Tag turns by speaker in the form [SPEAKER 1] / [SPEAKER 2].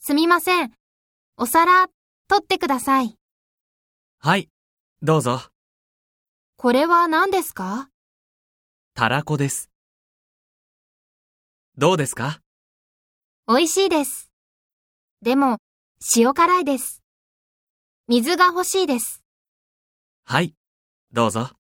[SPEAKER 1] すみません。お皿、取ってください。
[SPEAKER 2] はい、どうぞ。
[SPEAKER 1] これは何ですか
[SPEAKER 2] たらこです。どうですか
[SPEAKER 1] 美味しいです。でも、塩辛いです。水が欲しいです。
[SPEAKER 2] はい、どうぞ。